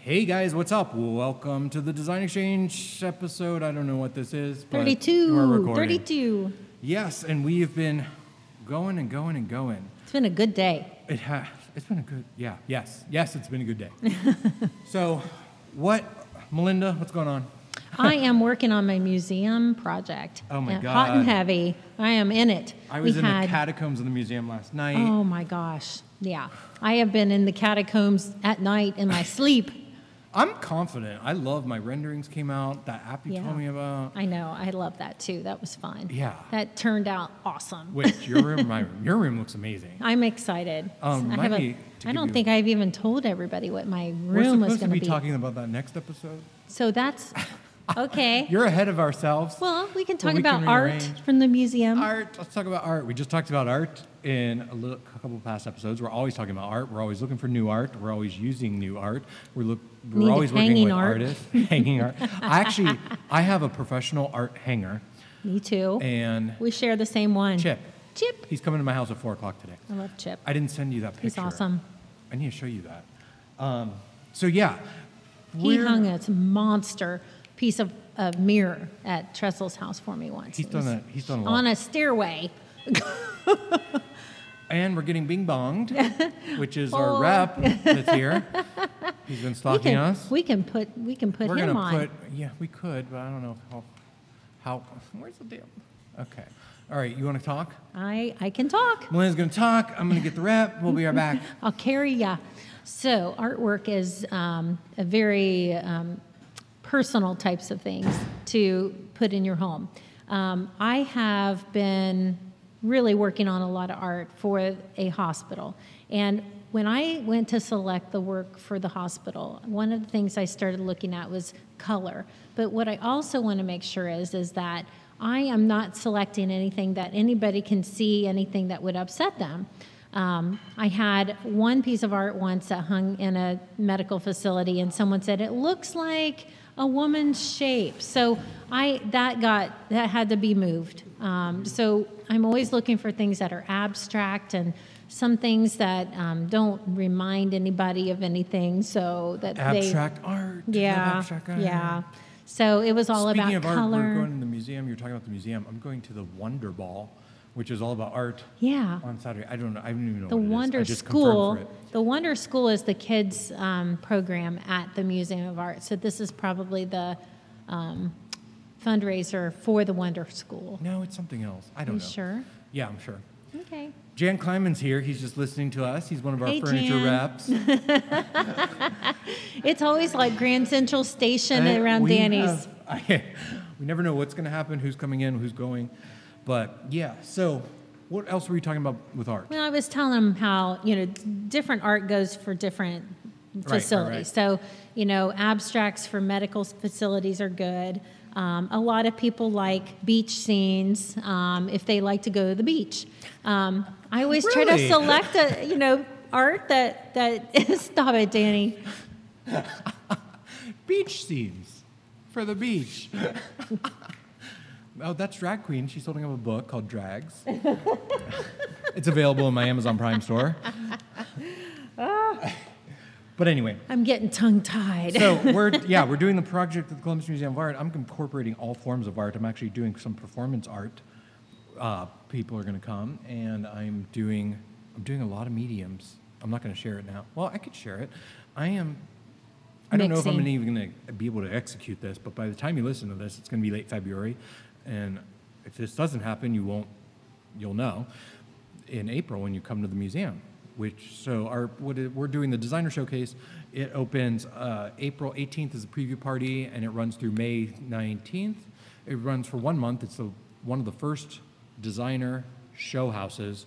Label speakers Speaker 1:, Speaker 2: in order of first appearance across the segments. Speaker 1: Hey guys, what's up? Welcome to the Design Exchange episode. I don't know what this is, but we're
Speaker 2: 32.
Speaker 1: recording.
Speaker 2: 32.
Speaker 1: Yes, and we've been going and going and going.
Speaker 2: It's been a good day.
Speaker 1: It ha- it's been a good, yeah, yes, yes, it's been a good day. so, what, Melinda, what's going on?
Speaker 2: I am working on my museum project.
Speaker 1: Oh my
Speaker 2: Yeah, Hot and
Speaker 1: God.
Speaker 2: heavy. I am in it.
Speaker 1: I was
Speaker 2: we
Speaker 1: in
Speaker 2: had,
Speaker 1: the catacombs of the museum last night.
Speaker 2: Oh my gosh. Yeah. I have been in the catacombs at night in my sleep.
Speaker 1: I'm confident. I love my renderings came out, that app you
Speaker 2: Yeah.
Speaker 1: told me about.
Speaker 2: I know. I love that too. That was fun.
Speaker 1: Uh. Yeah.
Speaker 2: That turned out awesome.
Speaker 1: Wait, your room, my room, your room looks amazing.
Speaker 2: I'm excited.
Speaker 1: Um,
Speaker 2: I, have
Speaker 1: might
Speaker 2: a,
Speaker 1: be to
Speaker 2: I
Speaker 1: give
Speaker 2: don't
Speaker 1: you-
Speaker 2: think I've even told everybody what my room
Speaker 1: we're
Speaker 2: was
Speaker 1: supposed to
Speaker 2: going
Speaker 1: be,
Speaker 2: to be.
Speaker 1: talking about that next episode.
Speaker 2: So that's okay.
Speaker 1: You're ahead of ourselves.
Speaker 2: well, we can talk
Speaker 1: Well, we
Speaker 2: about
Speaker 1: can
Speaker 2: art
Speaker 1: rearrange.
Speaker 2: from the museum.
Speaker 1: Art. Let's talk about art. We just talked about art in a, little, a couple of past episodes. We're always talking about art. We're always looking for new art. We're always using new art. We look. We're
Speaker 2: Need
Speaker 1: always working
Speaker 2: hanging
Speaker 1: with
Speaker 2: art.
Speaker 1: artists. Hanging art. I actually, I have a professional art hanger,
Speaker 2: Me too.
Speaker 1: and
Speaker 2: We share the same one.
Speaker 1: Chip.
Speaker 2: Chip.
Speaker 1: He's coming to my house at four o'clock today.
Speaker 2: I love Chip.
Speaker 1: I didn't send you that picture.
Speaker 2: He's awesome.
Speaker 1: I need to show you that. Um, so yeah,
Speaker 2: He hung a monster piece of, of mirror at Tressel's house for me once.
Speaker 1: He's
Speaker 2: It was
Speaker 1: done a- he's done a lot.
Speaker 2: on a stairway.
Speaker 1: and we're getting Bing Bonged, which is our
Speaker 2: Oh.
Speaker 1: rep that's here. He's been
Speaker 2: We
Speaker 1: stalking
Speaker 2: can,
Speaker 1: us.
Speaker 2: we can put we can put
Speaker 1: We're
Speaker 2: him
Speaker 1: gonna
Speaker 2: on.
Speaker 1: put yeah, we could, but I don't know how. How? Where's the deal? Okay. All right. You want to talk?
Speaker 2: I I can talk.
Speaker 1: Melinda's gonna talk. I'm gonna get the rep. We'll be right back.
Speaker 2: I'll carry ya. So artwork is um, a very um, personal types of things to put in your home. Um, I have been really working on a lot of art for a hospital, and when I went to select the work for the hospital, one of the things I started looking at was color. But what I also want to make sure is is that I am not selecting anything that anybody can see, anything that would upset them. Um, I had one piece of art once that hung in a medical facility, and someone said it looks like a woman's shape. So I that got that had to be moved. Um, so I'm always looking for things that are abstract and some things that um, don't remind anybody of anything. So that
Speaker 1: Abstract art. I love
Speaker 2: they yeah
Speaker 1: abstract art.
Speaker 2: yeah. So it was all
Speaker 1: Speaking
Speaker 2: about
Speaker 1: of art,
Speaker 2: color.
Speaker 1: we're going to the museum. You're talking about the museum. I'm going to the Wonder Ball, which is all about art.
Speaker 2: yeah.
Speaker 1: On Saturday, I don't know. I don't even know
Speaker 2: The
Speaker 1: what it is. I
Speaker 2: Wonder
Speaker 1: just confirmed
Speaker 2: School.
Speaker 1: for it.
Speaker 2: The Wonder School is the kids' um, program at the Museum of Art. So this is probably the um, fundraiser for the Wonder School.
Speaker 1: Oh, No, it's something else. I don't
Speaker 2: you
Speaker 1: know.
Speaker 2: sure?
Speaker 1: Yeah, I'm sure.
Speaker 2: Okay.
Speaker 1: Jan Kleiman's here. He's just listening to us. He's one of our
Speaker 2: Hey,
Speaker 1: furniture
Speaker 2: Jan.
Speaker 1: reps.
Speaker 2: It's always like Grand Central Station
Speaker 1: I-
Speaker 2: around
Speaker 1: we
Speaker 2: Danny's.
Speaker 1: have- I- we never know what's going to happen, who's coming in, who's going. But yeah, so what else were you talking about with art?
Speaker 2: Well, I was telling them how you know different art goes for different
Speaker 1: right, right.
Speaker 2: facilities. So you know, abstracts for medical s- facilities are good. Um, a lot of people like beach scenes um, if they like to go to the beach. Um, I always try
Speaker 1: Really?
Speaker 2: to select a you know art that that stop it, Danny.
Speaker 1: Beach scenes for the beach. oh, that's Drag Queen. She's holding up a book called Drags. it's available in my Amazon Prime store. but anyway,
Speaker 2: I'm getting tongue tied.
Speaker 1: So we're yeah we're doing the project at the Columbus Museum of Art. I'm incorporating all forms of art. I'm actually doing some performance art. Uh, people are going to come, and I'm doing I'm doing a lot of mediums. I'm not going to share it now. Well, I could share it. I am. I don't know if I'm
Speaker 2: Mixing.
Speaker 1: even going to be able to execute this, but by the time you listen to this, it's going to be late February, and if this doesn't happen, you won't. You'll know in April when you come to the museum. Which so our what it, we're doing the designer showcase. It opens uh, April 18th is a preview party, and it runs through May 19th. It runs for one month. It's the, one of the first designer show houses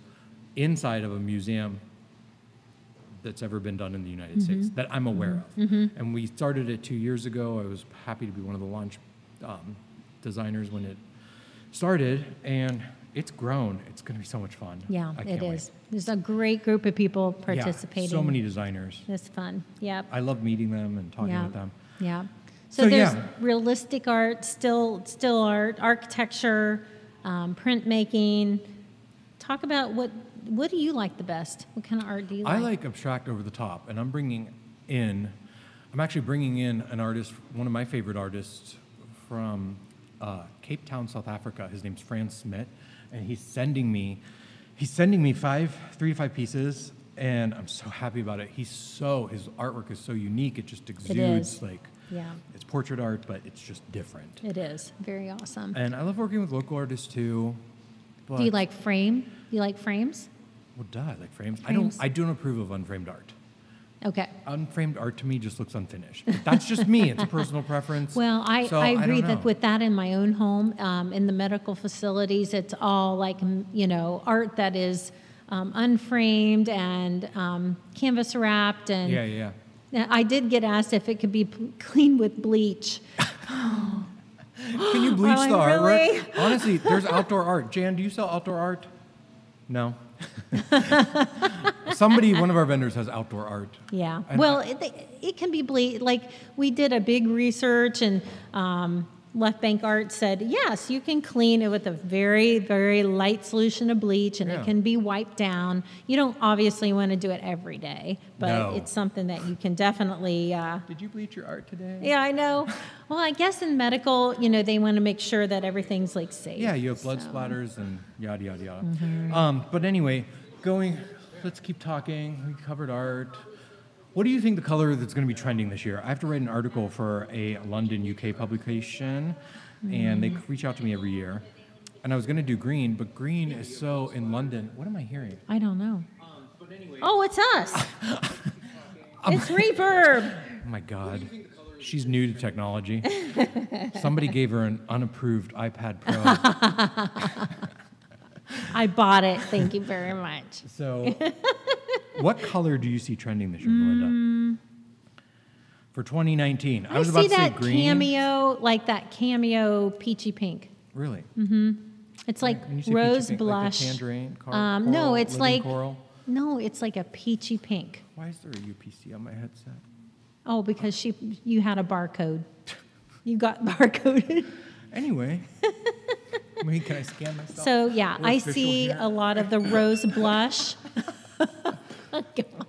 Speaker 1: inside of a museum that's ever been done in the United States
Speaker 2: Mm-hmm.
Speaker 1: that I'm aware of. And we started it two years ago. I was happy to be one of the launch um, designers when it started, and it's grown. It's going to be so much fun.
Speaker 2: yeah,
Speaker 1: I
Speaker 2: it
Speaker 1: can't wait.
Speaker 2: is. There's a great group of people
Speaker 1: Yeah,
Speaker 2: participating.
Speaker 1: so many designers.
Speaker 2: It's fun. Yep.
Speaker 1: I love meeting them and talking
Speaker 2: yeah.
Speaker 1: with them.
Speaker 2: Yeah. So,
Speaker 1: So,
Speaker 2: there's
Speaker 1: yeah.
Speaker 2: realistic art, still still art, architecture, um, printmaking. Talk about what what do you like the best? What kind of art do you
Speaker 1: I
Speaker 2: like?
Speaker 1: like abstract over the top, and I'm bringing in I'm actually bringing in an artist, one of my favorite artists from uh, Cape Town, South Africa. His name's Fran Smith, and he's sending me, he's sending me five, three to five pieces, and I'm so happy about it. He's so his artwork is so unique. It just exudes
Speaker 2: is.
Speaker 1: like
Speaker 2: Yeah.
Speaker 1: it's portrait art, but it's just different.
Speaker 2: It is very awesome.
Speaker 1: And I love working with local artists too. But
Speaker 2: Do you like frame? You like frames?
Speaker 1: Well, duh, I like frames. I don't.
Speaker 2: Frames.
Speaker 1: I don't approve of unframed art.
Speaker 2: Okay.
Speaker 1: Unframed art to me just looks unfinished. But that's just me. It's a personal preference.
Speaker 2: Well, I,
Speaker 1: So
Speaker 2: I
Speaker 1: don't
Speaker 2: agree that
Speaker 1: know.
Speaker 2: with that in my own home, um, in the medical facilities, it's all like, mm, you know, art that is um, unframed and um, canvas wrapped. And
Speaker 1: Yeah, yeah.
Speaker 2: Now, I did get asked if it could be p- cleaned with bleach.
Speaker 1: Can you bleach
Speaker 2: Oh, I'm
Speaker 1: the artwork?
Speaker 2: really-
Speaker 1: Honestly, there's outdoor art. Jan, do you sell outdoor art? No. Somebody, one of our vendors has outdoor art.
Speaker 2: Yeah.
Speaker 1: And
Speaker 2: well, it, it can be ble- like we did a big research and um, Left Bank Art said yes, you can clean it with a very very light solution of bleach and
Speaker 1: Yeah.
Speaker 2: it can be wiped down. You don't obviously want to do it every day, but
Speaker 1: No.
Speaker 2: it's something that you can definitely. Uh,
Speaker 1: Did you bleach your art today?
Speaker 2: yeah, I know. Well, I guess in medical, you know, they want to make sure that everything's like safe.
Speaker 1: Yeah, you have blood
Speaker 2: so.
Speaker 1: splatters and yada yada yada. Um, but anyway, going. Let's keep talking. We covered art. What do you think the color that's going to be trending this year? I have to write an article for a London, UK publication, and they reach out to me every year. And I was going to do green, but green is so in London. What am I hearing?
Speaker 2: I don't know. Oh, it's us. it's reverb.
Speaker 1: Oh my God. She's new to technology. Somebody gave her an unapproved iPad Pro.
Speaker 2: I bought it. Thank you very much.
Speaker 1: So, what color do you see trending this year, Melinda? For 2019, I,
Speaker 2: Mm. I,
Speaker 1: was about
Speaker 2: see
Speaker 1: to say
Speaker 2: that
Speaker 1: green.
Speaker 2: cameo, like that cameo peachy pink.
Speaker 1: Really?
Speaker 2: It's like
Speaker 1: When you say peachy
Speaker 2: rose
Speaker 1: pink, Like
Speaker 2: blush.
Speaker 1: the tangerine, cor-
Speaker 2: um, no,
Speaker 1: coral,
Speaker 2: it's
Speaker 1: living
Speaker 2: like
Speaker 1: coral.
Speaker 2: no, it's like a peachy pink.
Speaker 1: Why is there a UPC on my headset?
Speaker 2: Oh, because she, you had a barcode. You got barcoded.
Speaker 1: Anyway, wait, can I scan myself?
Speaker 2: So yeah,
Speaker 1: We're
Speaker 2: I
Speaker 1: official
Speaker 2: see
Speaker 1: here.
Speaker 2: a lot of the rose blush.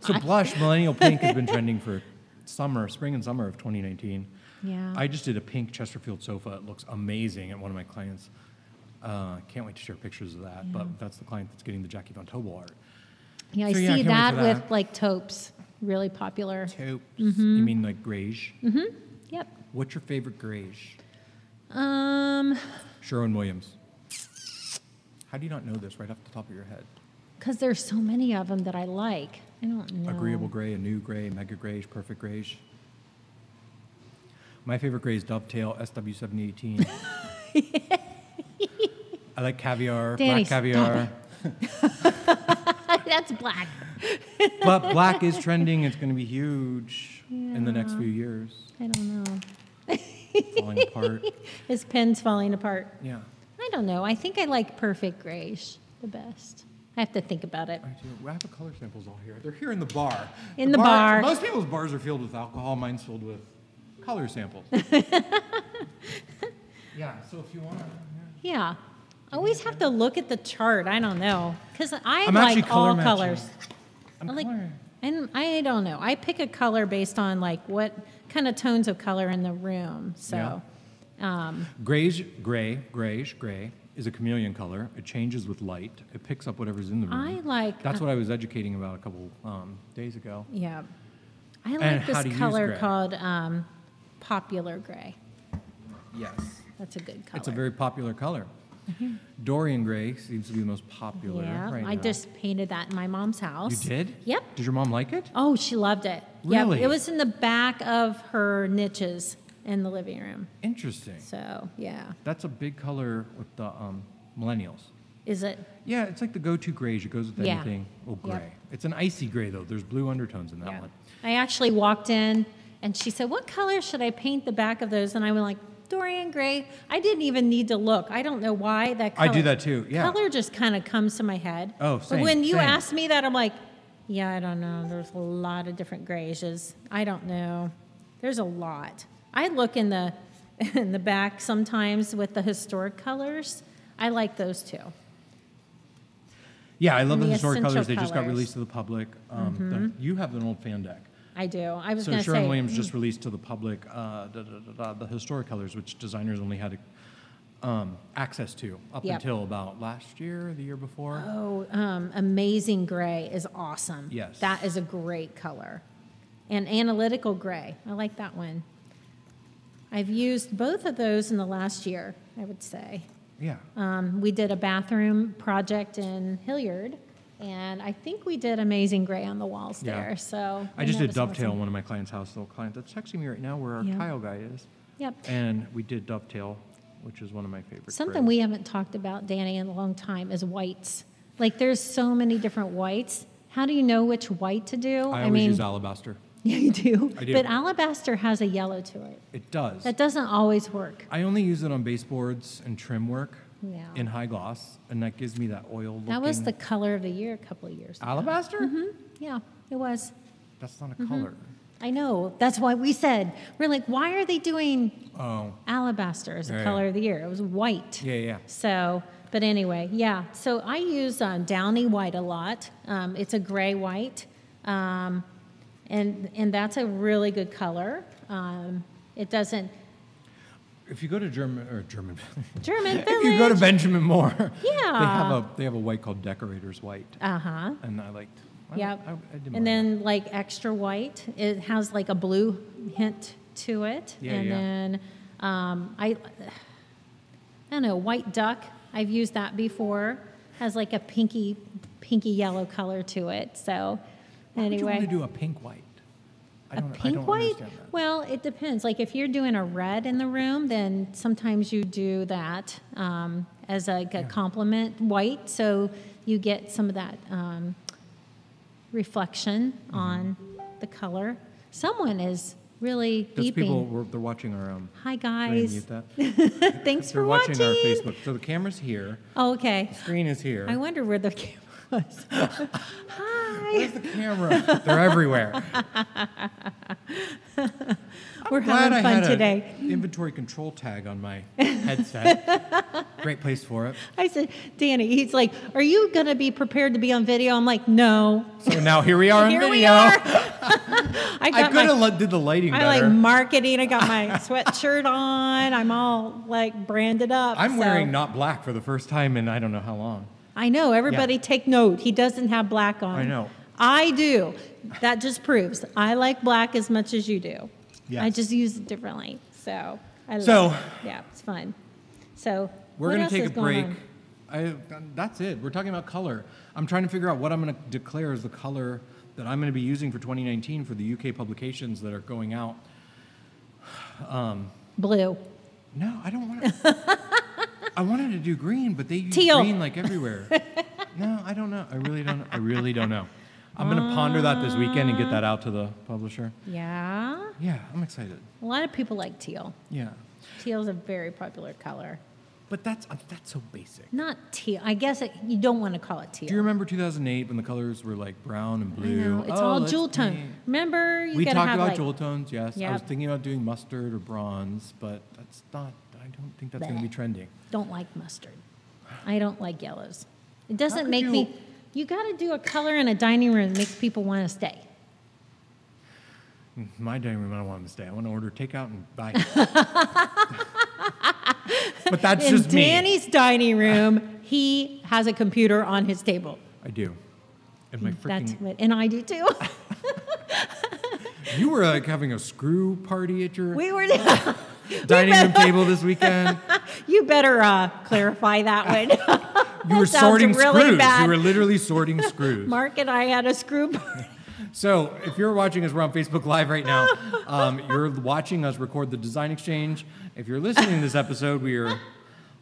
Speaker 1: So blush, millennial pink has been trending for summer, spring and summer of 2019.
Speaker 2: Yeah.
Speaker 1: I just did a pink Chesterfield sofa. It looks amazing at one of my clients. Uh, can't wait to share pictures of that. But that's the client that's getting the Jackie Von Tobel art.
Speaker 2: yeah, I
Speaker 1: So, yeah, I
Speaker 2: see
Speaker 1: can't wait
Speaker 2: that,
Speaker 1: for
Speaker 2: with
Speaker 1: that.
Speaker 2: like taupes, really popular.
Speaker 1: Taupes.
Speaker 2: Mm-hmm.
Speaker 1: You mean like grayish?
Speaker 2: Yep.
Speaker 1: What's your favorite grayish?
Speaker 2: Um,
Speaker 1: Sherwin Williams. How do you not know this right off the top of your head?
Speaker 2: because there's so many of them that I like. I don't know.
Speaker 1: Agreeable gray, a new gray, mega grayish, perfect grayish. My favorite gray is dovetail SW718. I like caviar, black
Speaker 2: Danny, stop
Speaker 1: caviar.
Speaker 2: That's black.
Speaker 1: But black is trending. It's going to be huge in the next few years.
Speaker 2: I don't know.
Speaker 1: Falling apart.
Speaker 2: His pen's falling apart.
Speaker 1: Yeah.
Speaker 2: I don't know. I think I like perfect grayish the best. I have to think about it.
Speaker 1: I do. Well, I have the color samples all here. They're here in the bar.
Speaker 2: In the bar.
Speaker 1: Most people's bars are filled with alcohol. Mine's filled with color samples. yeah. So if you want, to,
Speaker 2: Yeah. I always have to look at the chart. I don't know. Because I
Speaker 1: I'm actually
Speaker 2: like all
Speaker 1: color
Speaker 2: colors.
Speaker 1: I'm
Speaker 2: I like
Speaker 1: color.
Speaker 2: and I don't know. I pick a color based on like what kind of tones of color in the room. So um,
Speaker 1: Grayish, gray, grayish, gray is a chameleon color. It changes with light. It picks up whatever's in the room.
Speaker 2: I like
Speaker 1: That's what I was educating about a couple um, days ago.
Speaker 2: yeah. I
Speaker 1: And
Speaker 2: like
Speaker 1: how to
Speaker 2: this
Speaker 1: use
Speaker 2: color
Speaker 1: gray.
Speaker 2: called um, popular gray.
Speaker 1: Yes.
Speaker 2: That's a good color. Mm-hmm.
Speaker 1: It's a very popular color. Dorian gray seems to be the most popular
Speaker 2: yeah.
Speaker 1: right
Speaker 2: I
Speaker 1: now.
Speaker 2: just painted that in my mom's
Speaker 1: You
Speaker 2: house.
Speaker 1: did?
Speaker 2: Yep.
Speaker 1: Did your mom like it?
Speaker 2: Oh, she loved it.
Speaker 1: Really?
Speaker 2: Yeah, it was in the back of her niches in the living room.
Speaker 1: Interesting.
Speaker 2: So yeah,
Speaker 1: That's a big color with the um, millennials.
Speaker 2: is it?
Speaker 1: Yeah, it's like the go-to grays. It goes with
Speaker 2: Yeah.
Speaker 1: anything. Oh,
Speaker 2: Yep.
Speaker 1: gray. It's an icy gray though. There's blue undertones in that
Speaker 2: yeah.
Speaker 1: one.
Speaker 2: I actually walked in and she said, "What color should I paint the back of those?" And I went like, "Dorian gray." I didn't even need to look. I don't know why that.
Speaker 1: I
Speaker 2: Color,
Speaker 1: do that too, yeah.
Speaker 2: Color just kind of comes to my head.
Speaker 1: Oh, same,
Speaker 2: But when you
Speaker 1: same.
Speaker 2: asked me that, I'm like, "Yeah, I don't know. There's a lot of different grays. I don't know. There's a lot. I look in the in the back sometimes with the historic colors. I like those too.
Speaker 1: Yeah, I love
Speaker 2: And
Speaker 1: the
Speaker 2: the
Speaker 1: historic colors.
Speaker 2: essential
Speaker 1: They just got
Speaker 2: colors. Mm-hmm.
Speaker 1: released to the public. Um, the- you have an old fan deck.
Speaker 2: I do. I was
Speaker 1: So
Speaker 2: going to say. mm.
Speaker 1: Sharon Williams just released to the public uh, da, da, da, da, the historic colors, which designers only had um, access to up
Speaker 2: Yep.
Speaker 1: until about last year, the year before.
Speaker 2: Oh, um, amazing gray is awesome.
Speaker 1: Yes.
Speaker 2: That is a great color. And analytical gray. I like that one. I've used both of those in the last year, I would say.
Speaker 1: Yeah.
Speaker 2: Um, we did a bathroom project in Hilliard, and I think we did amazing gray on the walls
Speaker 1: Yeah.
Speaker 2: there. So
Speaker 1: I
Speaker 2: and
Speaker 1: just
Speaker 2: that
Speaker 1: did
Speaker 2: was
Speaker 1: dovetail in
Speaker 2: awesome.
Speaker 1: one of my clients' house. The old client that's texting me right now, where our
Speaker 2: Yeah.
Speaker 1: Kyle guy is,
Speaker 2: Yep.
Speaker 1: and we did dovetail, which is one of my favorite.
Speaker 2: Something we haven't talked about, Danny, in a long time is whites. Like there's so many different whites. How do you know which white to do?
Speaker 1: I always use alabaster.
Speaker 2: Yeah, you do.
Speaker 1: I do.
Speaker 2: But alabaster has a yellow to it.
Speaker 1: It does.
Speaker 2: That doesn't always work.
Speaker 1: I only use it on baseboards and trim work
Speaker 2: Yeah.
Speaker 1: in high gloss, and that gives me that oil.
Speaker 2: That was the color of the Mm-hmm. year a couple of
Speaker 1: Ah.
Speaker 2: years. ago.
Speaker 1: alabaster.
Speaker 2: Yeah, it was.
Speaker 1: That's not a
Speaker 2: Mm-hmm.
Speaker 1: color.
Speaker 2: I know. That's why we said we're like, why are they doing
Speaker 1: Oh,
Speaker 2: alabaster as a
Speaker 1: Yeah, yeah.
Speaker 2: color of the year? It was white.
Speaker 1: yeah, yeah.
Speaker 2: So, but anyway, yeah. So I use um, downy white a lot. Um, it's a gray white, um, and and that's a really good color. Um, it doesn't
Speaker 1: If you go to German or German,
Speaker 2: German
Speaker 1: if you go to
Speaker 2: village.
Speaker 1: Benjamin Moore, they have
Speaker 2: Yeah.
Speaker 1: a they have a white called Decorator's White,
Speaker 2: Uh huh.
Speaker 1: and I liked. I,
Speaker 2: Yep.
Speaker 1: I, I didn't mind
Speaker 2: and
Speaker 1: that.
Speaker 2: then like extra white, it has like a blue hint to it.
Speaker 1: Yeah,
Speaker 2: and
Speaker 1: yeah.
Speaker 2: then um, I, I don't know, white duck. I've used that before. Has like a pinky, pinky yellow color to it. So
Speaker 1: Why would you
Speaker 2: anyway,
Speaker 1: want to do a pink white? I
Speaker 2: a
Speaker 1: don't, I
Speaker 2: pink
Speaker 1: don't
Speaker 2: white.
Speaker 1: understand that.
Speaker 2: Well, it depends. Like if you're doing a red in the room, then sometimes you do that um, as like a complement white, so you get some of that um, reflection
Speaker 1: Mm-hmm.
Speaker 2: on the color. Someone is really
Speaker 1: Those
Speaker 2: beeping.
Speaker 1: people were, they're watching our um.
Speaker 2: Hi
Speaker 1: can I
Speaker 2: guys,
Speaker 1: mute that?
Speaker 2: thanks
Speaker 1: They're
Speaker 2: for
Speaker 1: watching
Speaker 2: watching.
Speaker 1: our Facebook. So the camera's here.
Speaker 2: Oh, okay.
Speaker 1: Screen is here.
Speaker 2: I wonder where the camera was. Hi.
Speaker 1: Where's the camera? they're everywhere.
Speaker 2: We're
Speaker 1: Glad
Speaker 2: having
Speaker 1: I
Speaker 2: fun
Speaker 1: had a
Speaker 2: today.
Speaker 1: inventory control tag on my headset. Great place for it.
Speaker 2: I said, Danny, he's like, Are you going to be prepared to be on video? I'm like, No.
Speaker 1: So now here we are on
Speaker 2: Here
Speaker 1: video.
Speaker 2: we are. I
Speaker 1: I
Speaker 2: got
Speaker 1: could have
Speaker 2: my,
Speaker 1: did the lighting
Speaker 2: I
Speaker 1: better.
Speaker 2: like marketing. I got my sweatshirt on. I'm all like branded up.
Speaker 1: I'm
Speaker 2: so-
Speaker 1: wearing not black for the first time in I don't know how long.
Speaker 2: I know. Everybody take note. He doesn't have black on.
Speaker 1: I know.
Speaker 2: I do. That just proves I like black as much as you do. I
Speaker 1: Yes.
Speaker 2: just use it differently. So I
Speaker 1: So-
Speaker 2: love it. yeah, it's fun. So
Speaker 1: We're
Speaker 2: what
Speaker 1: gonna
Speaker 2: else
Speaker 1: take
Speaker 2: is
Speaker 1: a break.
Speaker 2: going on?
Speaker 1: I, um, that's it. We're talking about color. I'm trying to figure out what I'm going to declare as the color that I'm going to be using for 2019 for the UK publications that are going out.
Speaker 2: Blue.
Speaker 1: No, I don't want to. I wanted to do green, but they use
Speaker 2: Teal.
Speaker 1: green like everywhere. no, I don't know. I really don't. I really don't know. I'm going to ponder that this weekend and get that out to the publisher.
Speaker 2: Yeah.
Speaker 1: Yeah, I'm excited.
Speaker 2: A lot of people like teal.
Speaker 1: Yeah,
Speaker 2: Teal's a very popular color.
Speaker 1: but that's uh, that's so basic.
Speaker 2: Not teal. I guess it, you don't want to call it teal.
Speaker 1: Do you remember 2008 when the colors were like brown and blue?
Speaker 2: I know. It's
Speaker 1: Oh,
Speaker 2: all
Speaker 1: let's
Speaker 2: jewel tone.
Speaker 1: paint.
Speaker 2: Remember, you
Speaker 1: We
Speaker 2: gotta
Speaker 1: talked
Speaker 2: have
Speaker 1: about
Speaker 2: like,
Speaker 1: jewel tones, yes. I was
Speaker 2: Yep.
Speaker 1: thinking about doing mustard or bronze, but that's not. I don't think that's going to be
Speaker 2: Bleh.
Speaker 1: trending.
Speaker 2: don't like mustard. I don't like yellows. It doesn't
Speaker 1: could
Speaker 2: make
Speaker 1: you-
Speaker 2: me. You got to do a color in a dining room that makes people want to stay.
Speaker 1: My dining room, I don't want them to stay. I want to order takeout and buy. but that's
Speaker 2: in
Speaker 1: just me.
Speaker 2: Danny's dining room, he has a computer on his table.
Speaker 1: I do. And my
Speaker 2: That's
Speaker 1: freaking.
Speaker 2: what, and I do Mm, too.
Speaker 1: You were like having a screw party at your
Speaker 2: we were.
Speaker 1: dining room table this weekend.
Speaker 2: you better uh, clarify that one.
Speaker 1: You were
Speaker 2: sounds
Speaker 1: sorting
Speaker 2: really
Speaker 1: screws.
Speaker 2: bad.
Speaker 1: You were literally sorting screws.
Speaker 2: Mark and I had a screw party.
Speaker 1: So, if you're watching us, we're on Facebook Live right now. Um, you're watching us record the Design Exchange. If you're listening to this episode, we are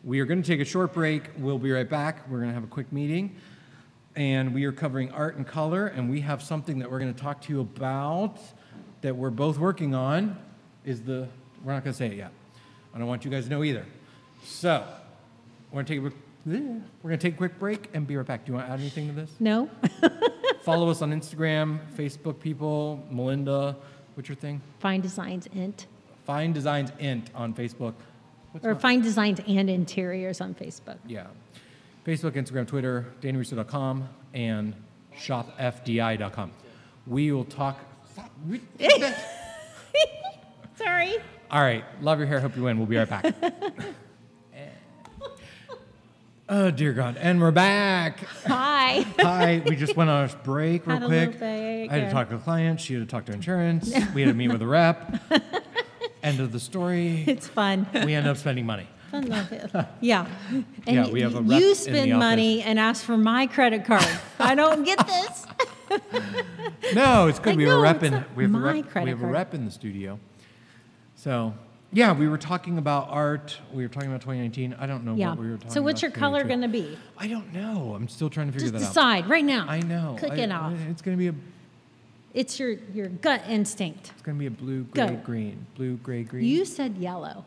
Speaker 1: we are going to take a short break. We'll be right back. We're going to have a quick meeting, and we are covering art and color. And we have something that we're going to talk to you about that we're both working on. Is the we're not going to say it yet. I don't want you guys to know either. So, we're going to take a, we're going to take a quick break and be right back. Do you want to add anything to this?
Speaker 2: No,
Speaker 1: Follow us on Instagram, Facebook people, Melinda, what's your thing?
Speaker 2: fine designs int
Speaker 1: Fine Designs Int on Facebook. What's
Speaker 2: or
Speaker 1: my-
Speaker 2: fine designs and interiors on Facebook.
Speaker 1: yeah. Facebook, Instagram, Twitter, DannyRusso.com and shopfdi.com. We will talk. Stop We,
Speaker 2: Sorry.
Speaker 1: all right. Love your hair. Hope you win. We'll be right back. Eh. oh, dear God. And we're back.
Speaker 2: Hi.
Speaker 1: Hi, we just went on a break real
Speaker 2: Had a little
Speaker 1: quick.
Speaker 2: break,
Speaker 1: I had to
Speaker 2: yeah.
Speaker 1: talk to a client. She had to talk to insurance. we had to meet with a rep. End of the story.
Speaker 2: It's fun.
Speaker 1: We end up spending money.
Speaker 2: Fun love it. Yeah. And
Speaker 1: Yeah, we have a rep in
Speaker 2: you
Speaker 1: the
Speaker 2: spend money and ask for my credit card. I don't get this.
Speaker 1: No, it's good.
Speaker 2: Like,
Speaker 1: we have
Speaker 2: no,
Speaker 1: a rep
Speaker 2: it's
Speaker 1: in.
Speaker 2: not
Speaker 1: We have a
Speaker 2: my
Speaker 1: rep.
Speaker 2: credit
Speaker 1: We have a
Speaker 2: card.
Speaker 1: rep in the studio. So, yeah, we were talking about art. We were talking about 2019. I don't know
Speaker 2: Yeah.
Speaker 1: what we were talking about.
Speaker 2: so what's your color going to be?
Speaker 1: I don't know. I'm still trying to figure
Speaker 2: Just
Speaker 1: that out.
Speaker 2: decide right now.
Speaker 1: I know.
Speaker 2: Click
Speaker 1: I-
Speaker 2: it off.
Speaker 1: I- It's gonna be a.
Speaker 2: It's your your gut instinct.
Speaker 1: It's gonna be a blue, gray,
Speaker 2: Go.
Speaker 1: green. Blue, gray, green.
Speaker 2: You said yellow,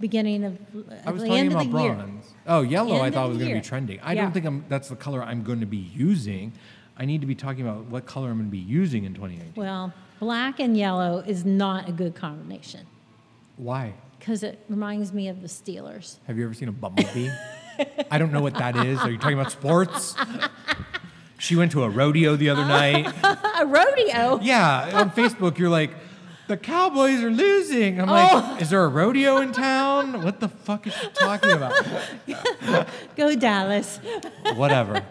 Speaker 2: beginning of
Speaker 1: I was
Speaker 2: the
Speaker 1: talking
Speaker 2: end
Speaker 1: about
Speaker 2: of the year.
Speaker 1: bronze. Oh, yellow. I
Speaker 2: End
Speaker 1: thought
Speaker 2: of
Speaker 1: was
Speaker 2: the
Speaker 1: going to
Speaker 2: year.
Speaker 1: be trending. I
Speaker 2: Yeah.
Speaker 1: don't think I'm, that's the color I'm going to be using. I need to be talking about what color I'm going to be using in 2018.
Speaker 2: Well, black and yellow is not a good combination
Speaker 1: Why?
Speaker 2: because it reminds me of the Steelers.
Speaker 1: Have you ever seen a bumblebee? I don't know what that is. Are you talking about sports? she went to a rodeo the other night.
Speaker 2: a rodeo.
Speaker 1: Yeah, on Facebook, you're like, the Cowboys are losing. I'm
Speaker 2: Oh.
Speaker 1: like, is there a rodeo in town? What the fuck is she talking about?
Speaker 2: Go Dallas.
Speaker 1: Whatever.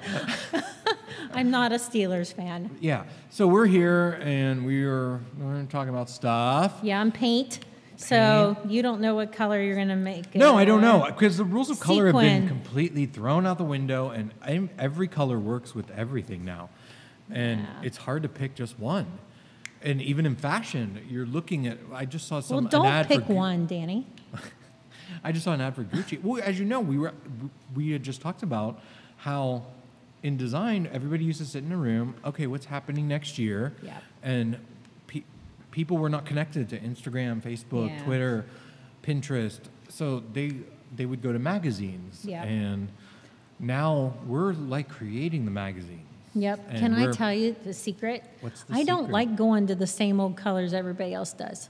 Speaker 2: I'm not a Steelers fan.
Speaker 1: Yeah. So we're here and we are we're talking about stuff.
Speaker 2: Yeah, I'm paint. So you don't know what color you're gonna make.
Speaker 1: No,
Speaker 2: it
Speaker 1: I don't know
Speaker 2: or-
Speaker 1: because the rules of color have
Speaker 2: Sequin.
Speaker 1: been completely thrown out the window, and I'm, every color works with everything now, and it's hard to pick just one. And even in fashion, you're looking at. I just saw
Speaker 2: Well,
Speaker 1: some. an
Speaker 2: don't
Speaker 1: ad
Speaker 2: pick
Speaker 1: for, Gu-
Speaker 2: one, Danny.
Speaker 1: I just saw an ad for Gucci. Well, as you know, we were we had just talked about how in design everybody used to sit in a room. Okay, what's happening next year?
Speaker 2: Yep.
Speaker 1: And pe- people were not connected to Instagram, Facebook,
Speaker 2: Yeah.
Speaker 1: Twitter, Pinterest, so they they would go to magazines.
Speaker 2: Yep.
Speaker 1: And now we're like creating the magazines.
Speaker 2: Yep.
Speaker 1: And
Speaker 2: Can I
Speaker 1: we're-
Speaker 2: tell you the secret?
Speaker 1: What's the
Speaker 2: I don't
Speaker 1: secret?
Speaker 2: like going to the same old colors everybody else does.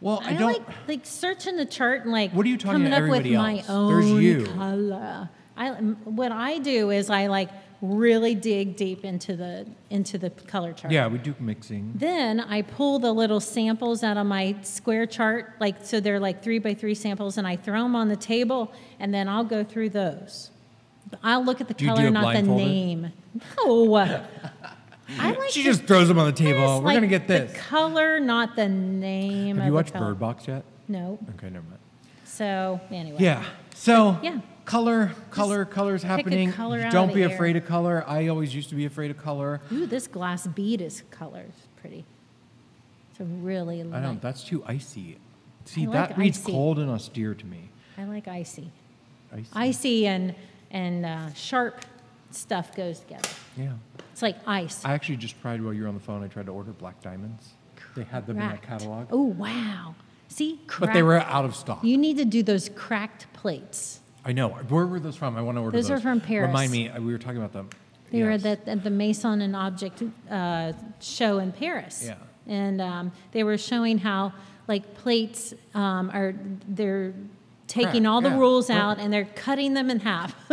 Speaker 1: Well, I,
Speaker 2: I,
Speaker 1: don't.
Speaker 2: like like searching the chart and like
Speaker 1: What are you talking
Speaker 2: coming
Speaker 1: to
Speaker 2: up with
Speaker 1: everybody
Speaker 2: my
Speaker 1: else?
Speaker 2: own
Speaker 1: There's you.
Speaker 2: color. I what I do is I like really dig deep into the into the color chart.
Speaker 1: yeah, we do mixing.
Speaker 2: Then I pull the little samples out of my square chart, like so they're like three by three samples, and I throw them on the table, and then I'll go through those. I'll look at the
Speaker 1: Do you do
Speaker 2: color,
Speaker 1: it
Speaker 2: not the
Speaker 1: blindfolded?
Speaker 2: name. No, I like
Speaker 1: She
Speaker 2: to
Speaker 1: just throws them on the
Speaker 2: just
Speaker 1: table. We're
Speaker 2: like
Speaker 1: gonna get
Speaker 2: the
Speaker 1: this.
Speaker 2: color, not the name.
Speaker 1: Have
Speaker 2: of
Speaker 1: you
Speaker 2: the
Speaker 1: watched
Speaker 2: color.
Speaker 1: Bird Box yet?
Speaker 2: No.
Speaker 1: Okay, never mind.
Speaker 2: So anyway.
Speaker 1: Yeah. So
Speaker 2: Yeah.
Speaker 1: color, color, color's
Speaker 2: a
Speaker 1: happening.
Speaker 2: color
Speaker 1: You
Speaker 2: out
Speaker 1: Don't
Speaker 2: of
Speaker 1: be
Speaker 2: the air.
Speaker 1: afraid of color. I always used to be afraid of color.
Speaker 2: Ooh, this glass bead is colored. It's pretty. It's a really.
Speaker 1: I don't.
Speaker 2: light-
Speaker 1: That's too icy. See,
Speaker 2: I
Speaker 1: that
Speaker 2: like
Speaker 1: reads
Speaker 2: icy.
Speaker 1: cold and austere to me.
Speaker 2: I like icy.
Speaker 1: Icy.
Speaker 2: Icy and and uh, sharp stuff goes together.
Speaker 1: yeah.
Speaker 2: It's like ice.
Speaker 1: I actually just tried while you were on the phone. I tried to order black diamonds. They had them in that
Speaker 2: Cracked.
Speaker 1: catalog,
Speaker 2: Oh wow! See, cracked.
Speaker 1: but they were out of stock.
Speaker 2: You need to do those cracked plates.
Speaker 1: I know. Where were those from? I want to order
Speaker 2: Those
Speaker 1: those.
Speaker 2: are from Paris.
Speaker 1: Remind me. uh, We were talking about them.
Speaker 2: They
Speaker 1: Yes.
Speaker 2: were at the, at the Maison and Object uh, show in Paris.
Speaker 1: Yeah.
Speaker 2: And um, they were showing how like plates um, are they're taking
Speaker 1: Cracked,
Speaker 2: all the
Speaker 1: yeah.
Speaker 2: rules
Speaker 1: Well-
Speaker 2: out and they're cutting them in half.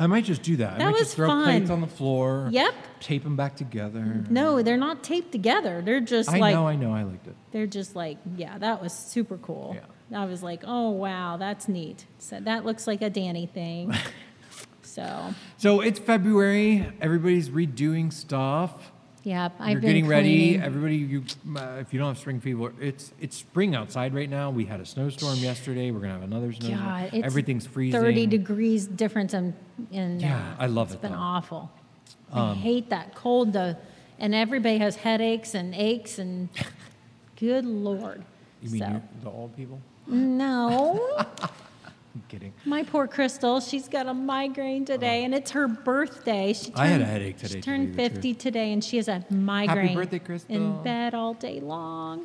Speaker 1: I might just do that.
Speaker 2: That
Speaker 1: I might
Speaker 2: was
Speaker 1: just throw plates
Speaker 2: fun.
Speaker 1: on the floor.
Speaker 2: Yep.
Speaker 1: Tape them back together.
Speaker 2: no, they're not taped together. They're just
Speaker 1: Mm-hmm. I
Speaker 2: like
Speaker 1: know. I know. I liked it.
Speaker 2: they're just like yeah, that was super cool.
Speaker 1: Yeah.
Speaker 2: I was like, oh wow, that's neat. So that looks like a Danny thing. so
Speaker 1: So it's February. Everybody's redoing stuff.
Speaker 2: yeah, I've
Speaker 1: You're
Speaker 2: been
Speaker 1: getting ready.
Speaker 2: cleaning.
Speaker 1: Everybody, you, uh, if you don't have spring fever, it's it's spring outside right now. We had a snowstorm yesterday. We're gonna have another snowstorm.
Speaker 2: God, it's
Speaker 1: Everything's freezing.
Speaker 2: Thirty degrees difference in. in
Speaker 1: Yeah,
Speaker 2: uh,
Speaker 1: I love
Speaker 2: It's
Speaker 1: it,
Speaker 2: been
Speaker 1: though. Um,
Speaker 2: awful. I hate that cold though, and everybody has headaches and aches and. good lord.
Speaker 1: You mean
Speaker 2: so
Speaker 1: you, the old people?
Speaker 2: no,
Speaker 1: I'm kidding.
Speaker 2: my poor Crystal. She's got a migraine today, and it's her birthday. She turned,
Speaker 1: Uh-huh. I had a headache today,
Speaker 2: She
Speaker 1: to
Speaker 2: turned
Speaker 1: tell you the
Speaker 2: fifty today, and she has a migraine.
Speaker 1: birthday,
Speaker 2: In
Speaker 1: Crystal.
Speaker 2: bed all day long.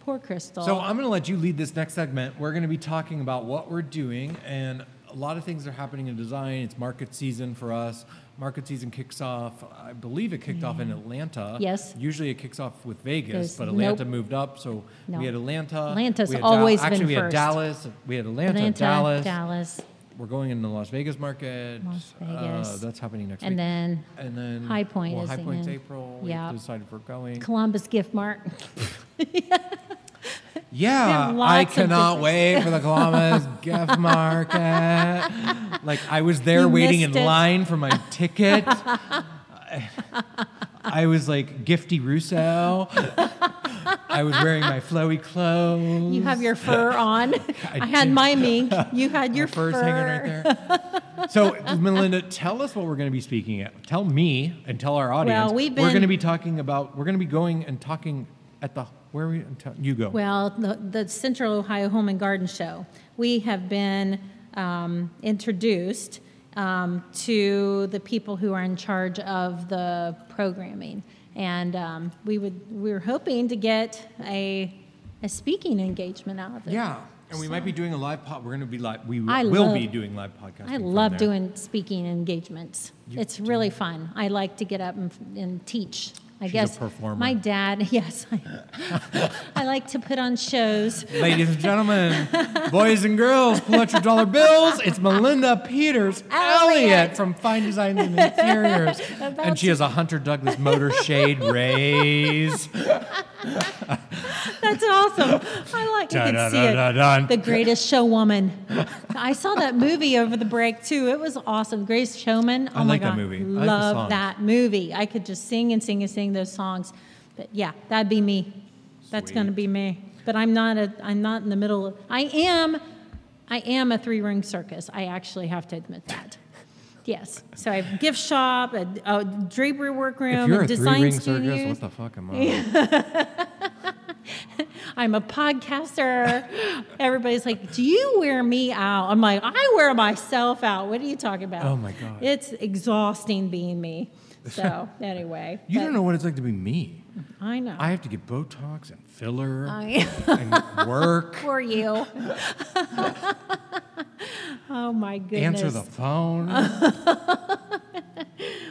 Speaker 2: Poor Crystal.
Speaker 1: So I'm gonna let you lead this next segment. We're gonna be talking about what we're doing, and a lot of things are happening in design. It's market season for us. Market season kicks off. I believe it kicked off in Atlanta.
Speaker 2: Mm-hmm. Yes.
Speaker 1: Usually it kicks off with Vegas,
Speaker 2: Goes-
Speaker 1: but Atlanta
Speaker 2: nope.
Speaker 1: moved up, so
Speaker 2: No.
Speaker 1: we had Atlanta.
Speaker 2: Atlanta's
Speaker 1: we had
Speaker 2: always been
Speaker 1: Actually, we had
Speaker 2: first.
Speaker 1: Dallas. We had Atlanta,
Speaker 2: Atlanta,
Speaker 1: Dallas.
Speaker 2: Dallas.
Speaker 1: We're going into Las Vegas market.
Speaker 2: Las
Speaker 1: Uh,
Speaker 2: Vegas.
Speaker 1: that's happening next
Speaker 2: And
Speaker 1: week.
Speaker 2: then
Speaker 1: and then
Speaker 2: High Point
Speaker 1: well,
Speaker 2: is
Speaker 1: High
Speaker 2: the
Speaker 1: Point's
Speaker 2: end.
Speaker 1: April. We
Speaker 2: Yeah.
Speaker 1: decided if we're going.
Speaker 2: Columbus Gift Mart.
Speaker 1: Mm-hmm. Yeah, I
Speaker 2: lots of
Speaker 1: cannot
Speaker 2: different-
Speaker 1: wait for the Columbus gift market. Like I was there
Speaker 2: You
Speaker 1: waiting in
Speaker 2: missed it.
Speaker 1: line for my ticket. I- I was like Gifty Russo. I was wearing my flowy clothes.
Speaker 2: You have your fur on. I, had
Speaker 1: do.
Speaker 2: my mink. You had your
Speaker 1: furs
Speaker 2: fur.
Speaker 1: hanging right there. So, Melinda, tell us what we're going to be speaking at. Tell me and tell our audience.
Speaker 2: we've
Speaker 1: We're going to
Speaker 2: been-
Speaker 1: be talking about. We're going to be going and talking at the. Where are we? You go.
Speaker 2: Well, the, the Central Ohio Home and Garden Show. We have been um, introduced um, to the people who are in charge of the programming, and um, we would we were hoping to get a a speaking engagement out of it.
Speaker 1: Yeah, and we might be doing a live pod. We're going to be live. We
Speaker 2: I
Speaker 1: will
Speaker 2: love-
Speaker 1: be doing live podcasting.
Speaker 2: I
Speaker 1: from
Speaker 2: love
Speaker 1: there.
Speaker 2: doing speaking engagements. it's really fun. I like to get up and, and teach. I
Speaker 1: She's a
Speaker 2: guess
Speaker 1: performer.
Speaker 2: my dad, yes, I, I like to put on shows.
Speaker 1: Ladies and gentlemen, boys and girls, pull out your dollar bills. It's Melinda Peters Elliott
Speaker 2: Elliott.
Speaker 1: from Fine Designs and Interiors, and she has a Hunter Douglas motor shade raise.
Speaker 2: That's awesome. I like you
Speaker 1: Dun,
Speaker 2: can
Speaker 1: dun,
Speaker 2: see
Speaker 1: dun,
Speaker 2: it.
Speaker 1: dun, dun.
Speaker 2: The Greatest Showwoman. I saw that movie over the break too. It was awesome. Greatest Showman.
Speaker 1: I
Speaker 2: Oh my
Speaker 1: like that
Speaker 2: God.
Speaker 1: movie. I like the
Speaker 2: Love
Speaker 1: songs.
Speaker 2: that movie. I could just sing and sing and sing those songs. But yeah, that'd be me. That's going to
Speaker 1: Sweet.
Speaker 2: be me. But I'm not a. I'm not in the middle. Of, I am. I am a three ring circus. I actually have to admit that. Yes. So I have a gift shop, a, a drapery workroom,
Speaker 1: If you're a
Speaker 2: design
Speaker 1: three-ring
Speaker 2: studios.
Speaker 1: circus, what the fuck am I?
Speaker 2: I'm a podcaster. Everybody's like, "Do you wear me out?" I'm like, "I wear myself out." What are you talking about?
Speaker 1: Oh, my God.
Speaker 2: It's exhausting being me. So anyway,
Speaker 1: You
Speaker 2: but
Speaker 1: don't know what it's like to be me.
Speaker 2: I know.
Speaker 1: I have to get Botox and filler
Speaker 2: I
Speaker 1: and work,
Speaker 2: for you. oh my goodness.
Speaker 1: answer the phone.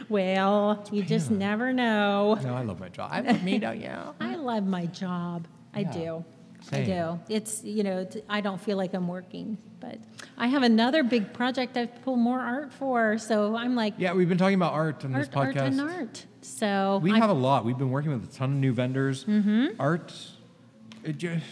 Speaker 2: well, you just
Speaker 1: pain.
Speaker 2: never know.
Speaker 1: No, I love my job. I love me, don't you?
Speaker 2: I love my job. I
Speaker 1: Yeah.
Speaker 2: do.
Speaker 1: Same.
Speaker 2: I do. It's, you know, t- I don't feel like I'm working, but I have another big project I have to pull more art for. So I'm like,
Speaker 1: Yeah, we've been talking about art on this
Speaker 2: art, art,
Speaker 1: podcast.
Speaker 2: and art. So
Speaker 1: We
Speaker 2: I- Mm-hmm.
Speaker 1: have a lot. We've been working with a ton of new vendors. Art, it just,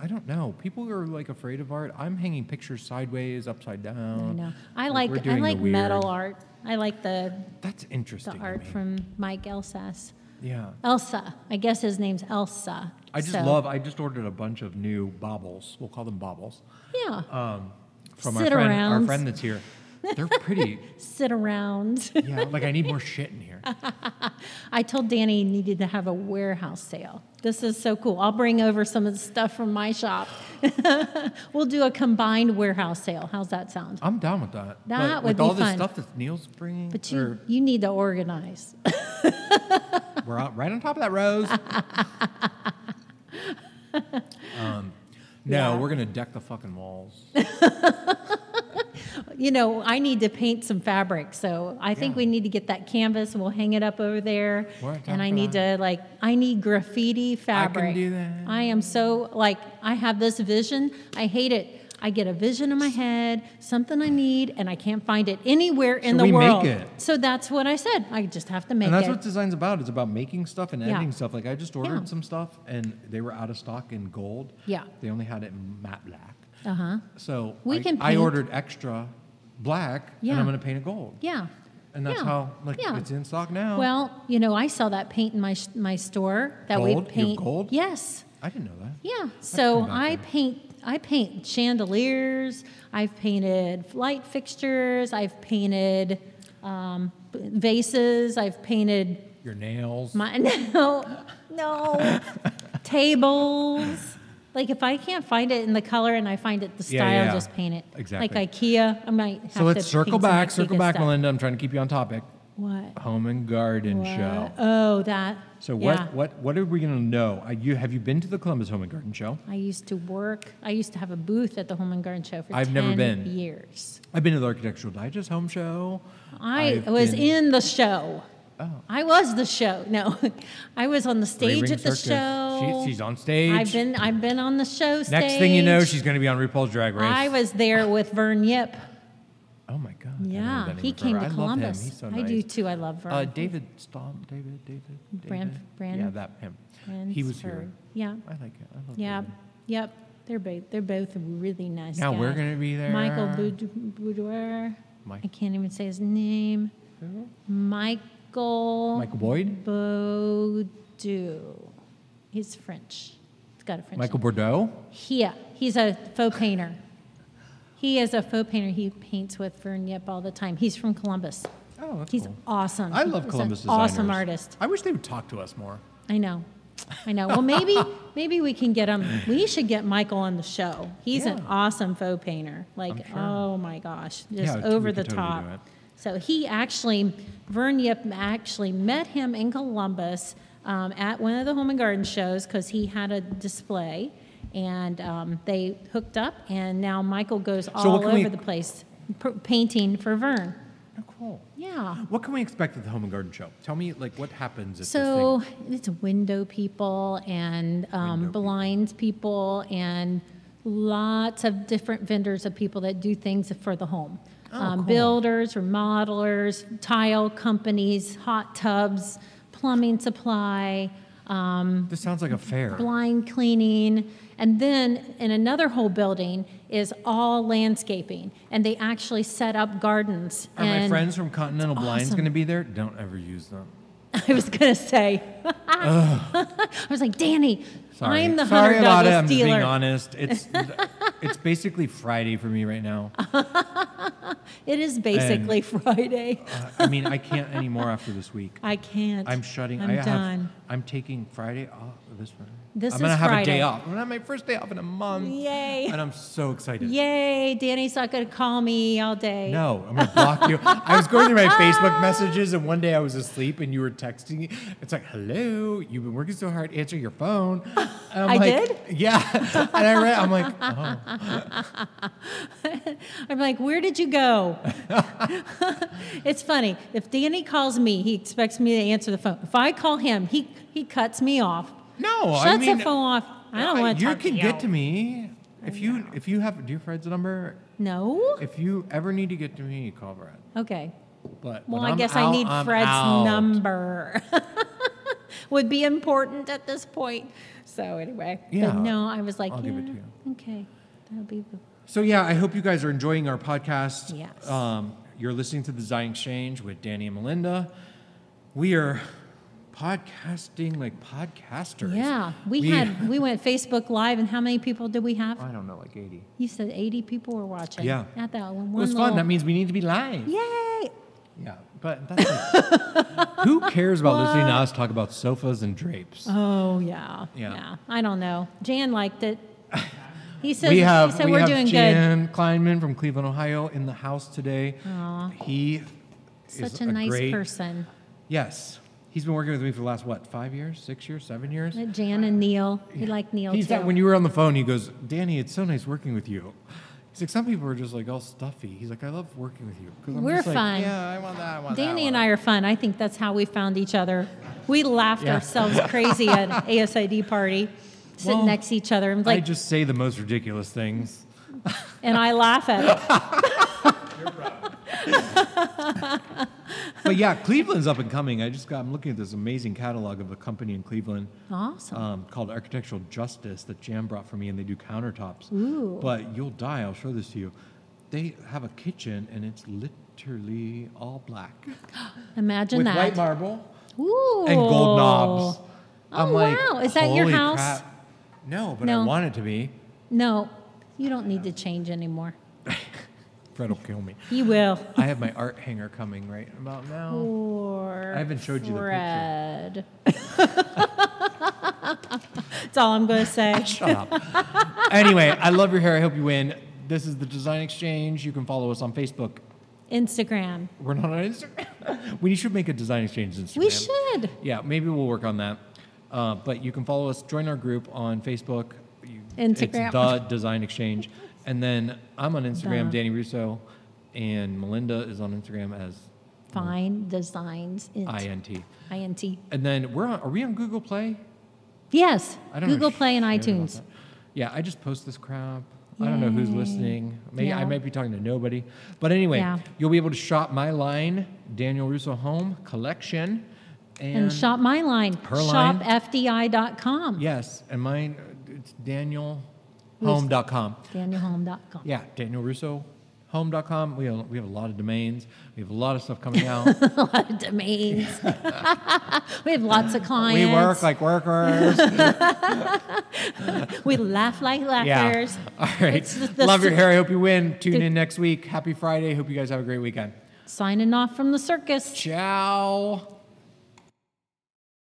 Speaker 1: I don't know. People are like afraid of art. I'm hanging pictures sideways, upside down.
Speaker 2: I know. I like,
Speaker 1: we're
Speaker 2: I
Speaker 1: doing the
Speaker 2: like metal
Speaker 1: weird-
Speaker 2: art. I like the
Speaker 1: That's
Speaker 2: the
Speaker 1: interesting. to
Speaker 2: art
Speaker 1: me.
Speaker 2: from Mike Elsas.
Speaker 1: yeah.
Speaker 2: Elsa. I guess his name's Elsa.
Speaker 1: I just
Speaker 2: So,
Speaker 1: love. I just ordered a bunch of new baubles. We'll call them baubles
Speaker 2: Yeah.
Speaker 1: um, from our
Speaker 2: Sit
Speaker 1: friend, our
Speaker 2: arounds.
Speaker 1: friend that's here. They're pretty.
Speaker 2: Sit around.
Speaker 1: yeah, like I need more shit in here.
Speaker 2: I told Danny he needed to have a warehouse sale. This is so cool. I'll bring over some of the stuff from my shop. we'll do a combined warehouse sale. How's that sound?
Speaker 1: I'm down with that. Like,
Speaker 2: That would
Speaker 1: with
Speaker 2: be
Speaker 1: all this
Speaker 2: fun.
Speaker 1: stuff that Neil's bringing.
Speaker 2: But you,
Speaker 1: or-
Speaker 2: you need to organize.
Speaker 1: We're out right on top of that rose. um, no,
Speaker 2: Yeah.
Speaker 1: Um, we're gonna deck the fucking walls.
Speaker 2: You know, I need to paint some fabric, so I think
Speaker 1: Yeah.
Speaker 2: we need to get that canvas and we'll hang it up over there.
Speaker 1: We're on top
Speaker 2: And I
Speaker 1: of
Speaker 2: need
Speaker 1: that.
Speaker 2: to like, I need graffiti fabric.
Speaker 1: do that.
Speaker 2: I am so like, I have this vision. I hate it. I get a vision in my head, something I need, and I can't find it anywhere
Speaker 1: So
Speaker 2: in the
Speaker 1: we make
Speaker 2: world.
Speaker 1: it.
Speaker 2: So that's what I said. I just have to make
Speaker 1: And that's
Speaker 2: it.
Speaker 1: what design's about. It's about making stuff and
Speaker 2: Yeah.
Speaker 1: editing stuff. Like I just ordered
Speaker 2: Yeah.
Speaker 1: some stuff and they were out of stock in gold.
Speaker 2: Yeah.
Speaker 1: They only had it in matte black.
Speaker 2: uh huh.
Speaker 1: So
Speaker 2: We
Speaker 1: I,
Speaker 2: can
Speaker 1: I
Speaker 2: paint.
Speaker 1: ordered extra black and
Speaker 2: Yeah.
Speaker 1: I'm gonna paint it gold.
Speaker 2: Yeah.
Speaker 1: And that's
Speaker 2: Yeah.
Speaker 1: how like
Speaker 2: Yeah.
Speaker 1: it's in stock now.
Speaker 2: Well, you know, I sell that paint in my sh- my store that we
Speaker 1: Gold? You have
Speaker 2: paint.
Speaker 1: gold?
Speaker 2: Yes.
Speaker 1: I didn't know that.
Speaker 2: Yeah. So
Speaker 1: back
Speaker 2: I
Speaker 1: there.
Speaker 2: paint I paint chandeliers. I've painted light fixtures. I've painted um, b- vases. I've painted
Speaker 1: Your nails.
Speaker 2: my no no tables. Like if I can't find it in the color and I find it the
Speaker 1: Yeah,
Speaker 2: style,
Speaker 1: yeah, yeah.
Speaker 2: just paint it.
Speaker 1: Exactly.
Speaker 2: Like IKEA, I might. Have
Speaker 1: so let's
Speaker 2: to
Speaker 1: circle
Speaker 2: paint some
Speaker 1: back,
Speaker 2: IKEA
Speaker 1: circle back,
Speaker 2: stuff.
Speaker 1: Melinda. I'm trying to keep you on topic.
Speaker 2: What?
Speaker 1: Home and garden
Speaker 2: what?
Speaker 1: show.
Speaker 2: Oh, that.
Speaker 1: So what
Speaker 2: yeah.
Speaker 1: what what are we going to know? Are you have you been to the Columbus Home and Garden Show?
Speaker 2: I used to work. I used to have a booth at the Home and Garden Show for
Speaker 1: I've
Speaker 2: 10
Speaker 1: never been.
Speaker 2: years.
Speaker 1: I've been to the Architectural Digest Home Show.
Speaker 2: I
Speaker 1: I've
Speaker 2: was
Speaker 1: been-
Speaker 2: in the show.
Speaker 1: Oh.
Speaker 2: I was the show. No, I was on the stage
Speaker 1: Ring
Speaker 2: at the
Speaker 1: Circus.
Speaker 2: show.
Speaker 1: She, she's on stage.
Speaker 2: I've been. I've been on the show.
Speaker 1: Next thing you know,
Speaker 2: stage.
Speaker 1: she's going to be on RuPaul's Drag Race.
Speaker 2: I was there with Vern Yip.
Speaker 1: Oh I don't know
Speaker 2: Yeah,
Speaker 1: that
Speaker 2: he
Speaker 1: name
Speaker 2: came
Speaker 1: forever.
Speaker 2: to
Speaker 1: I love him.
Speaker 2: Columbus.
Speaker 1: He's so
Speaker 2: I
Speaker 1: nice.
Speaker 2: do too. I love
Speaker 1: Uh,
Speaker 2: Vern.
Speaker 1: David Stom, David, David, David.
Speaker 2: Brand- Brand-
Speaker 1: Yeah, that him.
Speaker 2: and
Speaker 1: he was
Speaker 2: Vern.
Speaker 1: here.
Speaker 2: Yeah.
Speaker 1: I like it. I love
Speaker 2: Yeah.
Speaker 1: David.
Speaker 2: Yep. They're both they're both really nice.
Speaker 1: Now we're
Speaker 2: guys.
Speaker 1: gonna be there.
Speaker 2: Michael Boud- Boudoir.
Speaker 1: Mike-
Speaker 2: I can't even say his name.
Speaker 1: Who?
Speaker 2: Michael.
Speaker 1: Michael Boyd.
Speaker 2: Boudou. He's French. He's got a French.
Speaker 1: Michael Bordeaux.
Speaker 2: Yeah, he's a faux painter. He is a faux painter. He paints with Vern Yip all the time. He's from Columbus.
Speaker 1: Oh, that's
Speaker 2: He's
Speaker 1: cool.
Speaker 2: awesome.
Speaker 1: I love
Speaker 2: He's an
Speaker 1: Columbus designers.
Speaker 2: Awesome artist.
Speaker 1: I wish they would talk to us more.
Speaker 2: I know. I know. Well, maybe maybe we can get him. We should get Michael on the show. He's an
Speaker 1: Yeah.
Speaker 2: awesome faux painter. Like,
Speaker 1: sure.
Speaker 2: oh my gosh, just
Speaker 1: Yeah, we
Speaker 2: over
Speaker 1: could
Speaker 2: the
Speaker 1: totally
Speaker 2: top.
Speaker 1: do it.
Speaker 2: So he actually, Vern Yip actually met him in Columbus um, at one of the Home and Garden shows because he had a display, and um, they hooked up. And now Michael goes all
Speaker 1: what
Speaker 2: over
Speaker 1: can we-
Speaker 2: the place p- painting for Vern.
Speaker 1: Oh, cool.
Speaker 2: Yeah.
Speaker 1: What can we expect at the Home and Garden Show? Tell me, like, what happens at
Speaker 2: So
Speaker 1: this
Speaker 2: it's window people and um,
Speaker 1: Window people.
Speaker 2: blind people. and lots of different vendors of people that do things for the home.
Speaker 1: Oh,
Speaker 2: um,
Speaker 1: cool.
Speaker 2: Builders, remodelers, tile companies, hot tubs, plumbing supply, um,
Speaker 1: thing? This sounds like a fair.
Speaker 2: blind cleaning. And then in another whole building is all landscaping. And they actually set up gardens.
Speaker 1: Are my
Speaker 2: and
Speaker 1: friends from Continental Blinds
Speaker 2: awesome.
Speaker 1: going to be there? Don't ever use them.
Speaker 2: I was gonna say. I was like, Danny,
Speaker 1: Sorry.
Speaker 2: I'm the
Speaker 1: Sorry
Speaker 2: Hunter
Speaker 1: about it.
Speaker 2: Douglas
Speaker 1: I'm just being
Speaker 2: dealer.
Speaker 1: honest. It's it's basically Friday for me right now.
Speaker 2: it is basically Friday.
Speaker 1: Uh, I mean, I can't anymore after this week.
Speaker 2: I can't.
Speaker 1: I'm shutting.
Speaker 2: I'm
Speaker 1: I have,
Speaker 2: done.
Speaker 1: I'm taking Friday off. This one.
Speaker 2: This
Speaker 1: I'm gonna
Speaker 2: is
Speaker 1: have a
Speaker 2: Friday.
Speaker 1: day off. I'm gonna have my first day off in a month.
Speaker 2: Yay.
Speaker 1: And I'm so excited.
Speaker 2: Yay, Danny's not gonna call me all day.
Speaker 1: No, I'm gonna block you. I was going through my Facebook messages, and one day I was asleep, and you were texting. me. It's like, "Hello, you've been working so hard. Answer your phone." And I'm
Speaker 2: I
Speaker 1: like, Yeah, and I read. I'm like, oh.
Speaker 2: I'm like, where did you go? it's funny. If Danny calls me, he expects me to answer the phone. If I call him, he he cuts me off.
Speaker 1: "No, I
Speaker 2: shuts
Speaker 1: mean,
Speaker 2: the phone off. I don't want to
Speaker 1: You
Speaker 2: talk
Speaker 1: can
Speaker 2: to
Speaker 1: get
Speaker 2: you.
Speaker 1: to me if you if you have. Do you have Fred's number?
Speaker 2: No.
Speaker 1: If you ever need to get to me, call Fred.
Speaker 2: Okay.
Speaker 1: But when
Speaker 2: Well, I
Speaker 1: I'm
Speaker 2: guess
Speaker 1: out,
Speaker 2: I need
Speaker 1: I'm
Speaker 2: Fred's
Speaker 1: out.
Speaker 2: number. Would be important at this point. So anyway, but
Speaker 1: Yeah.
Speaker 2: no, I was like,
Speaker 1: I'll
Speaker 2: yeah,
Speaker 1: give it to you.
Speaker 2: okay, that'll be.
Speaker 1: So yeah, I hope you guys are enjoying our podcast.
Speaker 2: Yes.
Speaker 1: Um, you're listening to the Design Exchange with Danny and Melinda. We are podcasting like podcasters.
Speaker 2: Yeah, we, had we went Facebook Live, and how many people did we have?
Speaker 1: I don't know, like 80.
Speaker 2: You said eighty people were watching.
Speaker 1: Yeah.
Speaker 2: at that one.
Speaker 1: it was
Speaker 2: little,
Speaker 1: fun. That means we need to be live.
Speaker 2: Yay!
Speaker 1: Yeah, but that's like, who cares about listening to us talk about sofas and drapes?
Speaker 2: Oh yeah,
Speaker 1: Yeah.
Speaker 2: I don't know. Jan liked it. He said
Speaker 1: we have
Speaker 2: he said
Speaker 1: we
Speaker 2: we're
Speaker 1: have
Speaker 2: doing
Speaker 1: Jan Kleinman from Cleveland, Ohio, in the house today. He
Speaker 2: good.
Speaker 1: is
Speaker 2: Such a nice
Speaker 1: great,
Speaker 2: person.
Speaker 1: Yes. He's been working with me for the last, what, five years, six years, seven years?
Speaker 2: But Jan and Neil, he liked Neil
Speaker 1: He's
Speaker 2: too.
Speaker 1: that when you were on the phone, he goes, Danny, it's so nice working with you. He's like, some people are just like all stuffy. He's like, I love working with you. 'Cause I'm
Speaker 2: We're
Speaker 1: just like,
Speaker 2: fun.
Speaker 1: Yeah, I want that. I want
Speaker 2: Danny and I are fun. I think that's how we found each other. We laughed
Speaker 1: Yeah.
Speaker 2: ourselves crazy at an ASID party, sitting
Speaker 1: Well,
Speaker 2: next to each other. I'm
Speaker 1: I
Speaker 2: like,
Speaker 1: just say the most ridiculous things.
Speaker 2: and I laugh at it.
Speaker 1: But yeah, Cleveland's up and coming. I just got, I'm looking at this amazing catalog of a company in Cleveland
Speaker 2: Awesome.
Speaker 1: um, called Architectural Justice that Jam brought for me, and they do countertops.
Speaker 2: Ooh.
Speaker 1: But you'll die. I'll show this to you. They have a kitchen, and it's literally all black
Speaker 2: Imagine
Speaker 1: with
Speaker 2: that.
Speaker 1: white marble.
Speaker 2: Ooh.
Speaker 1: and gold knobs.
Speaker 2: Oh, wow. Is that your
Speaker 1: "Holy
Speaker 2: house?"
Speaker 1: crap." No, but
Speaker 2: No.
Speaker 1: I want it to be.
Speaker 2: No, you don't need to change anymore.
Speaker 1: Fred will kill me.
Speaker 2: You will.
Speaker 1: I have my art hanger coming right about now.
Speaker 2: Or
Speaker 1: I haven't showed you the picture.
Speaker 2: Fred. That's all I'm going to say.
Speaker 1: Shut up. anyway, I love your hair. I hope you win. This is the Design Exchange. You can follow us on Facebook.
Speaker 2: Instagram.
Speaker 1: We're not on Instagram. we should make a Design Exchange Instagram.
Speaker 2: We should.
Speaker 1: Yeah, maybe we'll work on that. Uh, but you can follow us, join our group on Facebook. You,
Speaker 2: Instagram.
Speaker 1: It's the Design Exchange. And then I'm on Instagram,
Speaker 2: The.
Speaker 1: Danny Russo, and Melinda is on Instagram as
Speaker 2: Fine designs. Int.
Speaker 1: INT.
Speaker 2: INT.
Speaker 1: And then we're on, are we on Google Play?
Speaker 2: Yes,
Speaker 1: I don't know
Speaker 2: Google
Speaker 1: sh-
Speaker 2: Play and
Speaker 1: shit about
Speaker 2: iTunes.
Speaker 1: that. Yeah, I just post this crap. I don't know who's listening. Maybe I
Speaker 2: Yeah.
Speaker 1: might be talking to nobody. But anyway,
Speaker 2: Yeah.
Speaker 1: you'll be able to shop my line, Daniel Russo Home Collection, and,
Speaker 2: And shop my line,
Speaker 1: Her line.
Speaker 2: shopfdi.com,
Speaker 1: Yes, and mine uh, it's danielhome.com.
Speaker 2: danielholm.com.
Speaker 1: Yeah, danielrusso.home.com. We have, we have a lot of domains. We have a lot of stuff coming out.
Speaker 2: A lot of domains. we have lots of
Speaker 1: we
Speaker 2: clients.
Speaker 1: work like workers.
Speaker 2: We laugh like laughers.
Speaker 1: All right.
Speaker 2: It's the- the
Speaker 1: Love your
Speaker 2: su-
Speaker 1: hair. I hope you win. Tune
Speaker 2: the-
Speaker 1: in next week. Happy Friday. Hope you guys have a great weekend.
Speaker 2: Signing off from the circus.
Speaker 1: Ciao.